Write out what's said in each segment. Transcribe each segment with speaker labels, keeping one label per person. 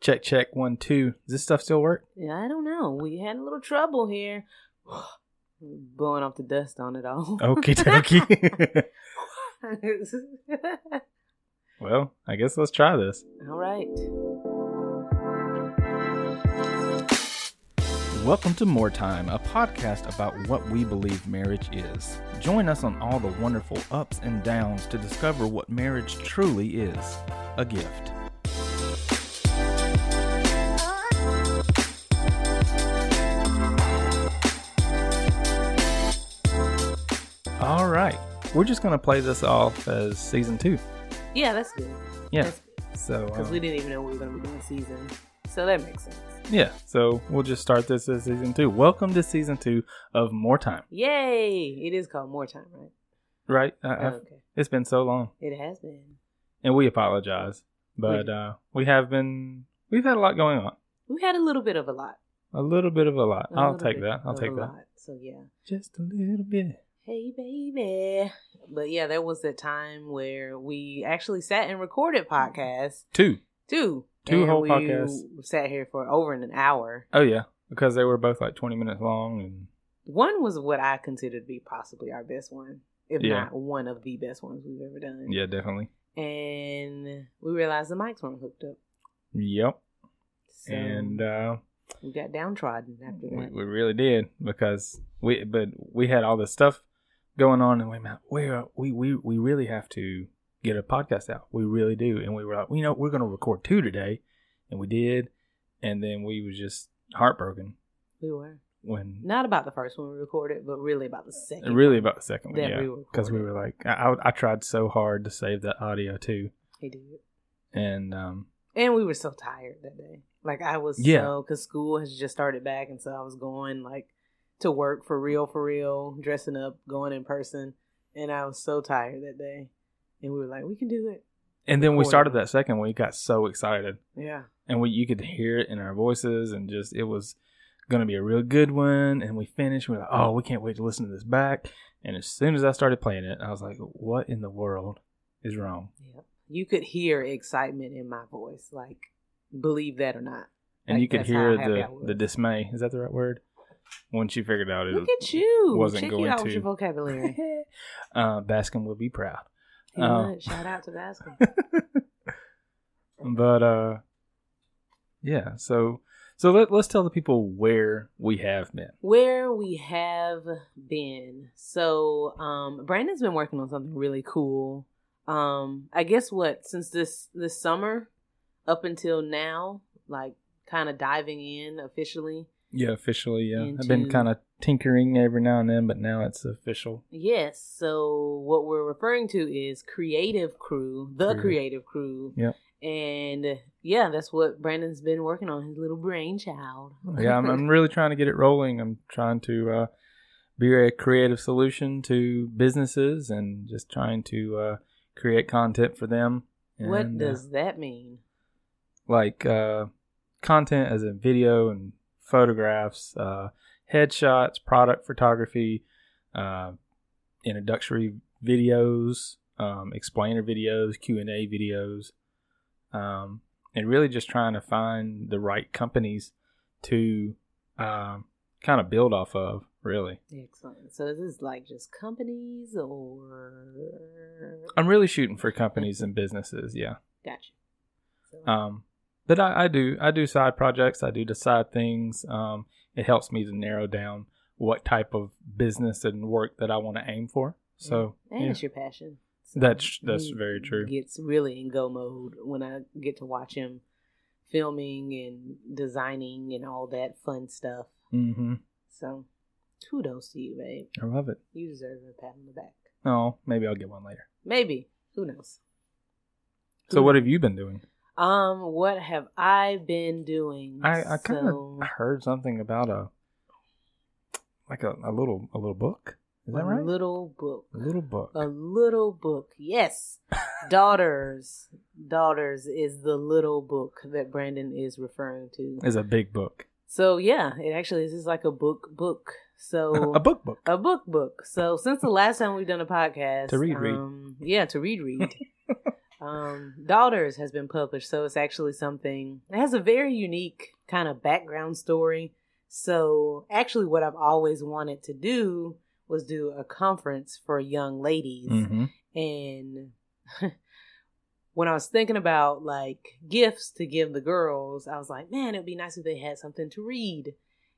Speaker 1: Check, check, one, two. Does this stuff still work?
Speaker 2: Yeah, I don't know. We had a little trouble here. Blowing off the dust on it all.
Speaker 1: Okie dokie. well, I guess let's try this.
Speaker 2: all right.
Speaker 1: Welcome to More Time, a podcast about what we believe marriage is. Join us on all the wonderful ups and downs to discover what marriage truly is a gift. All right, we're just going to play this off as season two.
Speaker 2: Yeah, that's good.
Speaker 1: Yeah,
Speaker 2: That's
Speaker 1: so.
Speaker 2: Because
Speaker 1: um,
Speaker 2: we didn't even know we were going to be doing season. So that makes sense.
Speaker 1: Yeah, so we'll just start this as season two. Welcome to season two of More Time,
Speaker 2: Yay! It is called More Time, right?
Speaker 1: right? I, I've,
Speaker 2: okay.
Speaker 1: it's been so long,
Speaker 2: It has been.
Speaker 1: and we apologize, but uh, we have been we've had a lot going on,
Speaker 2: We had a little bit of a lot.
Speaker 1: a little bit of a lot.
Speaker 2: A
Speaker 1: i I'll
Speaker 2: little
Speaker 1: take
Speaker 2: bit
Speaker 1: that. I'll
Speaker 2: of
Speaker 1: take
Speaker 2: a
Speaker 1: that.
Speaker 2: Lot. So yeah.
Speaker 1: Just a little bit.
Speaker 2: Hey baby. But yeah, there was a time where we actually sat and recorded podcasts
Speaker 1: Two.
Speaker 2: too.
Speaker 1: Two
Speaker 2: and
Speaker 1: whole
Speaker 2: we
Speaker 1: podcasts.
Speaker 2: Sat here for over an hour.
Speaker 1: Oh yeah, because they were both like twenty minutes long, and
Speaker 2: One was what I consider to be possibly our best one, if
Speaker 1: Yeah.
Speaker 2: not one of the best ones we've ever done.
Speaker 1: yeah, definitely.
Speaker 2: And we realized the mics weren't hooked up.
Speaker 1: Yep.
Speaker 2: So
Speaker 1: and uh,
Speaker 2: we got downtrodden after
Speaker 1: we,
Speaker 2: that.
Speaker 1: we really did because we but we had all this stuff going on and we man, where we we we really have to get a podcast out we really do and we were like you know we're gonna record two today and we did and then we was just heartbroken
Speaker 2: we were.
Speaker 1: when
Speaker 2: Not about the first one we recorded, but really about the second.
Speaker 1: really about the second one
Speaker 2: That
Speaker 1: yeah
Speaker 2: we
Speaker 1: because we were like I, I I tried so hard to save that audio too
Speaker 2: He did.
Speaker 1: and um
Speaker 2: And we were so tired that day. Like I was
Speaker 1: Yeah.
Speaker 2: so because school has just started back, and so I was going like to work for real, for real, dressing up, going in person, and I was so tired that day. And we were like, we can do it.
Speaker 1: and then we
Speaker 2: Recording.
Speaker 1: started that second one we got so excited
Speaker 2: Yeah,
Speaker 1: and we you could hear it in our voices and just it was gonna be a real good one and we finished we are like oh we can't wait to listen to this back and as soon as i started playing it i was like what in the world is wrong
Speaker 2: yeah. You could hear excitement in my voice, like believe that or not.
Speaker 1: and
Speaker 2: Like,
Speaker 1: you could
Speaker 2: that's how
Speaker 1: hear
Speaker 2: happy I
Speaker 1: the
Speaker 2: was.
Speaker 1: the dismay is that the right word once you figured out it
Speaker 2: Look at you!
Speaker 1: wasn't
Speaker 2: Check
Speaker 1: going
Speaker 2: you out
Speaker 1: to.
Speaker 2: with your vocabulary.
Speaker 1: uh, baskin would be proud
Speaker 2: He
Speaker 1: Uh,
Speaker 2: would. Shout out to Baskin.
Speaker 1: but uh yeah so so let, let's tell the people where we have been
Speaker 2: where we have been so um brandon's been working on something really cool um i guess what since this this summer up until now like kind of diving in officially
Speaker 1: yeah officially yeah i've been
Speaker 2: Into-
Speaker 1: kind of tinkering every now and then but now it's official
Speaker 2: yes so what we're referring to is creative crew the
Speaker 1: Creative.
Speaker 2: creative crew
Speaker 1: Yep.
Speaker 2: and yeah that's what brandon's been working on his little brainchild
Speaker 1: yeah, I'm, I'm really trying to get it rolling. I'm trying to uh, be a creative solution to businesses and just trying to uh, create content for them. And,
Speaker 2: what
Speaker 1: uh,
Speaker 2: does that mean
Speaker 1: like uh, content as in video and photographs, uh, headshots, product photography, uh, introductory videos, um, explainer videos, Q and A videos, um, and really just trying to find the right companies to um, kind of build off of. Really,
Speaker 2: Excellent. So is this like just companies or
Speaker 1: I'm really shooting for companies and businesses. Yeah.
Speaker 2: gotcha. So,
Speaker 1: Um, but I, I do I do side projects. I do the side things. Um, it helps me to narrow down what type of business and work that I want to aim for. So
Speaker 2: Mm, and
Speaker 1: yeah.
Speaker 2: it's your passion. So
Speaker 1: That's- that's
Speaker 2: he
Speaker 1: very true.
Speaker 2: Gets really in go mode when I get to watch him filming and designing and all that fun stuff.
Speaker 1: hmm
Speaker 2: So kudos to you, babe.
Speaker 1: I love it.
Speaker 2: You deserve a pat on the back.
Speaker 1: Oh, maybe I'll get one later.
Speaker 2: Maybe. Who knows?
Speaker 1: So what have you been doing?
Speaker 2: um what have I been doing?
Speaker 1: I, I kind of
Speaker 2: So-
Speaker 1: heard something about a like a, a little a little book. Is that
Speaker 2: a
Speaker 1: right?
Speaker 2: little book.
Speaker 1: a little book.
Speaker 2: A little book. Yes. Daughters. Daughters is the little book that Brandon is referring to.
Speaker 1: is a big book.
Speaker 2: So yeah, it actually is just like a book book. So
Speaker 1: a book book.
Speaker 2: a book book. So since the last time we've done a podcast
Speaker 1: To read, read.
Speaker 2: um, Yeah, to read read. Um, Daughters has been published, so it's actually something. It has a very unique kind of background story. So, actually, what I've always wanted to do was do a conference for young ladies.
Speaker 1: Mhm.
Speaker 2: And when I was thinking about like gifts to give the girls, I was like, man, it would be nice if they had something to read.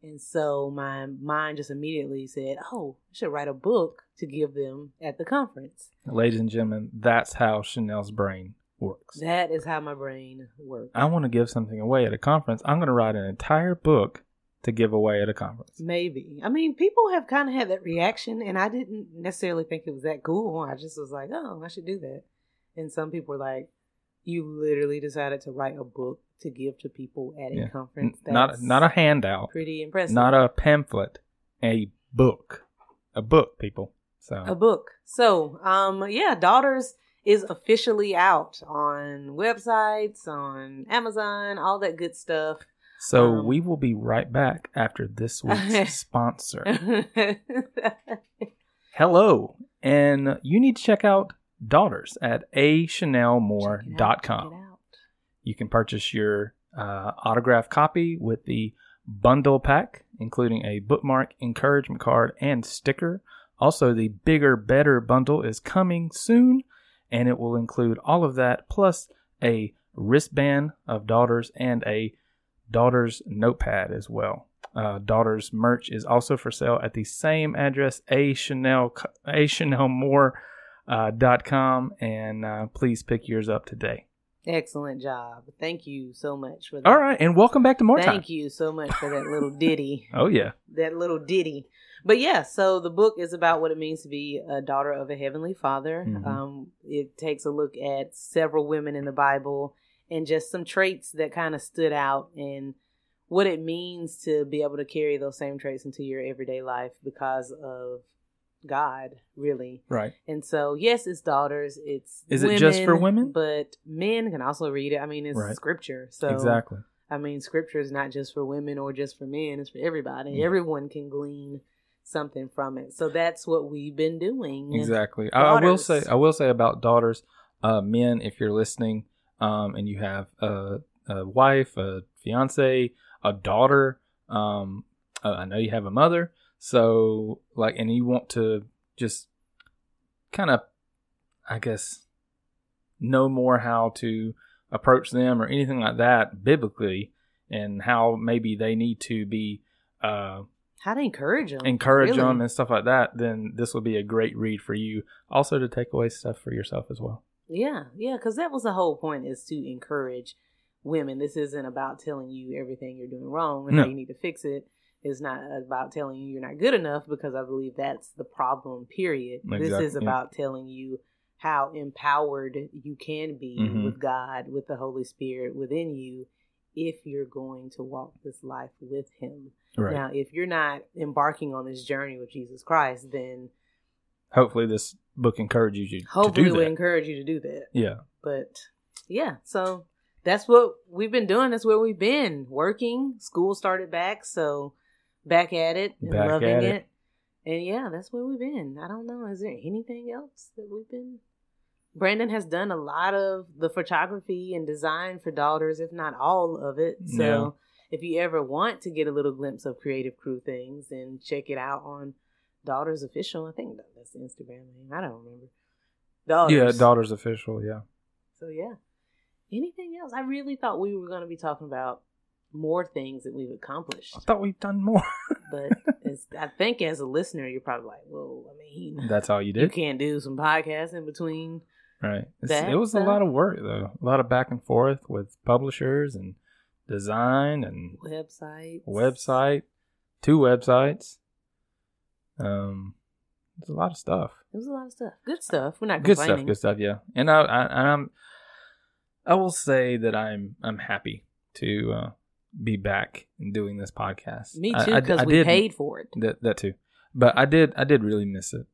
Speaker 2: And so my mind just immediately said, oh, I should write a book to give them at the conference.
Speaker 1: Ladies and gentlemen, that's how Chanel's brain works.
Speaker 2: That is how my brain works.
Speaker 1: I want to give something away at a conference. I'm going to write an entire book to give away at a conference.
Speaker 2: Maybe. I mean, people have kind of had that reaction, and I didn't necessarily think it was that cool. I just was like, oh, I should do that. And some people were like, you literally decided to write a book to give to people at a
Speaker 1: Yeah. N-
Speaker 2: conference.
Speaker 1: Not not a handout,
Speaker 2: pretty impressive.
Speaker 1: not a pamphlet, a book, a book, people. So
Speaker 2: a book. So, um, yeah, Daughters is officially out on websites, on Amazon, all that good stuff.
Speaker 1: So
Speaker 2: Um,
Speaker 1: we will be right back after this week's sponsor. Hello, and you need to check out Daughters at
Speaker 2: com.
Speaker 1: achanelmore.com. You can purchase your uh, autographed copy with the bundle pack, including a bookmark, encouragement card, and sticker. Also, the bigger, better bundle is coming soon, and it will include all of that plus a wristband of daughters and a daughter's notepad as well. Uh, daughter's merch is also for sale at the same address, a Chanel, a Chanel Moore, uh, dot com, and uh, please pick yours up today.
Speaker 2: Excellent job. Thank you so much for that.
Speaker 1: All right, and welcome back to more
Speaker 2: Thank
Speaker 1: time.
Speaker 2: you so much for that little ditty.
Speaker 1: Oh yeah,
Speaker 2: that little ditty. But yeah, so the book is about what it means to be a daughter of a heavenly father.
Speaker 1: Mhm.
Speaker 2: Um, it takes a look at several women in the Bible and just some traits that kind of stood out and what it means to be able to carry those same traits into your everyday life because of God, really.
Speaker 1: right.
Speaker 2: And so, yes, it's daughters. It's
Speaker 1: Is it just for women?
Speaker 2: But men can also read it. I mean, it's
Speaker 1: Right.
Speaker 2: scripture. So
Speaker 1: exactly.
Speaker 2: I mean, scripture is not just for women or just for men, it's for everybody.
Speaker 1: Yeah.
Speaker 2: Everyone can glean something from it. So that's what we've been doing.
Speaker 1: Exactly. I, I will
Speaker 2: Daughters.
Speaker 1: say I will say about daughters, uh, men, if you're listening, um, and you have a, a wife, a fiance, a daughter, um, uh, I know you have a mother, so like, and you want to just kind of, I guess, know more how to approach them or anything like that biblically, and how maybe they need to be. Uh,
Speaker 2: How to encourage them.
Speaker 1: Mm-hmm. encourage
Speaker 2: really.
Speaker 1: them and stuff like that, then this will be a great read for you. Also, to take away stuff for yourself as well.
Speaker 2: Yeah, yeah, because that was the whole point is to encourage women. This isn't about telling you everything you're doing wrong and
Speaker 1: No.
Speaker 2: how you need to fix it. It's not about telling you you're not good enough because I believe that's the problem, period.
Speaker 1: Exact-
Speaker 2: This is
Speaker 1: yeah.
Speaker 2: about telling you how empowered you can be
Speaker 1: Mhm.
Speaker 2: with God, with the Holy Spirit within you if you're going to walk this life with Him.
Speaker 1: Right.
Speaker 2: Now, if you're not embarking on this journey with Jesus Christ, then
Speaker 1: Hopefully, this book encourages you
Speaker 2: hopefully
Speaker 1: to do
Speaker 2: we
Speaker 1: that.
Speaker 2: encourage you to do that
Speaker 1: yeah.
Speaker 2: but yeah so that's what we've been doing that's where we've been working school started back so back at it and
Speaker 1: Back
Speaker 2: loving
Speaker 1: at
Speaker 2: it.
Speaker 1: it.
Speaker 2: and yeah that's where we've been i don't know is there anything else that we've been brandon has done a lot of the photography and design for daughters if not all of it so
Speaker 1: Yeah.
Speaker 2: if you ever want to get a little glimpse of creative crew things then check it out on daughters official i think that's the instagram name i don't remember
Speaker 1: Yeah. Daughter's official. Yeah.
Speaker 2: so yeah. Anything else? I really thought we were going to be talking about more things that we've accomplished,
Speaker 1: I thought we've done more.
Speaker 2: but it's, I think as a listener, you're probably like, "Well, I mean,
Speaker 1: That's all you
Speaker 2: you
Speaker 1: did.
Speaker 2: can't do some podcasts in between."
Speaker 1: Right. It's,
Speaker 2: That
Speaker 1: it was a
Speaker 2: stuff.
Speaker 1: lot of work, though. A lot of back and forth with publishers and design and
Speaker 2: Website,
Speaker 1: website, two websites. Um, it's a lot of stuff.
Speaker 2: It was a lot of stuff. Good stuff. We're not
Speaker 1: good stuff
Speaker 2: complaining.
Speaker 1: good stuff yeah and I, I and i'm i will say that i'm i'm happy to uh be back and doing this podcast
Speaker 2: Me
Speaker 1: I-
Speaker 2: too,
Speaker 1: I-
Speaker 2: because
Speaker 1: I
Speaker 2: we
Speaker 1: did-
Speaker 2: paid for it.
Speaker 1: that, that too but i did i did really miss it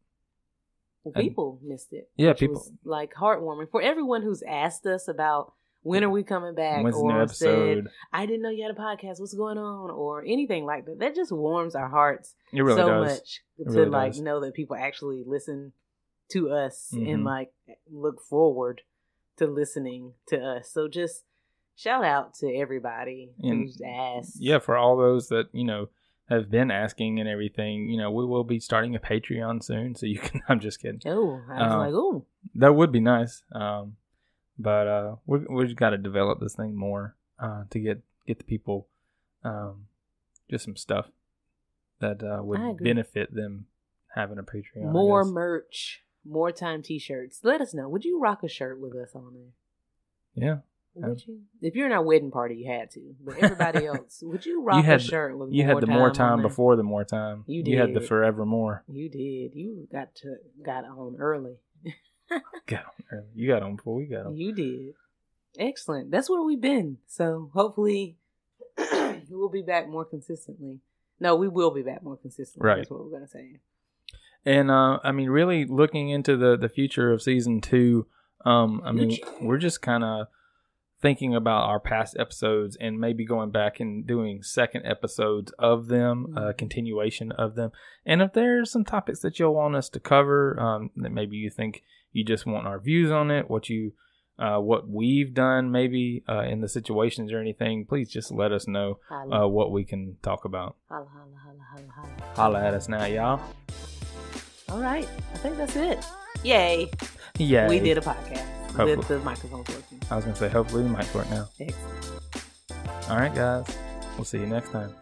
Speaker 1: I-
Speaker 2: People missed it.
Speaker 1: Yeah,
Speaker 2: which
Speaker 1: people-
Speaker 2: was, like heartwarming for everyone who's asked us about when are we coming back
Speaker 1: when's the
Speaker 2: or
Speaker 1: new
Speaker 2: said
Speaker 1: episode
Speaker 2: I didn't know you had a podcast. What's going on or anything like that. That just warms our hearts.
Speaker 1: it really
Speaker 2: so
Speaker 1: does
Speaker 2: much to
Speaker 1: really
Speaker 2: like
Speaker 1: does.
Speaker 2: know that people actually listen to us and
Speaker 1: Mhm.
Speaker 2: like look forward to listening to us. So just shout out to everybody
Speaker 1: And-
Speaker 2: who's asked.
Speaker 1: yeah for all those that you know have been asking and everything you know we will be starting a patreon soon so you can i'm just kidding
Speaker 2: Oh, I was
Speaker 1: Um,
Speaker 2: like, oh,
Speaker 1: that would be nice um but uh we we just got to develop this thing more uh to get get the people um just some stuff that uh
Speaker 2: I
Speaker 1: would
Speaker 2: agree.
Speaker 1: benefit them having a patreon I
Speaker 2: more
Speaker 1: guess.
Speaker 2: merch, more time T-shirts. Let us know. Would you rock a shirt with us on there?
Speaker 1: yeah
Speaker 2: Would you? If you're in our wedding party, you had to. But everybody else, would you rock
Speaker 1: had-
Speaker 2: a shirt with?
Speaker 1: you
Speaker 2: more
Speaker 1: had the more
Speaker 2: on
Speaker 1: time
Speaker 2: there?
Speaker 1: before the more time
Speaker 2: You
Speaker 1: you had the
Speaker 2: did.
Speaker 1: forevermore
Speaker 2: You did. You got to got on early.
Speaker 1: you got on before we got on
Speaker 2: You did. Excellent. That's where we've been. So hopefully we'll be back more consistently. No, we will be back more consistently.
Speaker 1: Right.
Speaker 2: That's what we're gonna say.
Speaker 1: And uh, I mean, really looking into the the future of season two, um, I mean,
Speaker 2: Future.
Speaker 1: we're just kind of thinking about our past episodes and maybe going back and doing second episodes of them, uh, continuation of them. And if there's some topics that you'll want us to cover, um, that maybe you think you just want our views on it, what you uh, what we've done, maybe uh, in the situations or anything, please just let us know
Speaker 2: Holla,
Speaker 1: uh, what we can talk about.
Speaker 2: holla, holla, holla, holla, holla.
Speaker 1: Holla at us now, y'all.
Speaker 2: All right. I think that's it. Yay.
Speaker 1: Yeah,
Speaker 2: We did a podcast with
Speaker 1: Hopefully.
Speaker 2: the microphone working.
Speaker 1: I was gonna say, hopefully, we might work now.
Speaker 2: Excellent.
Speaker 1: All right, guys. We'll see you next time.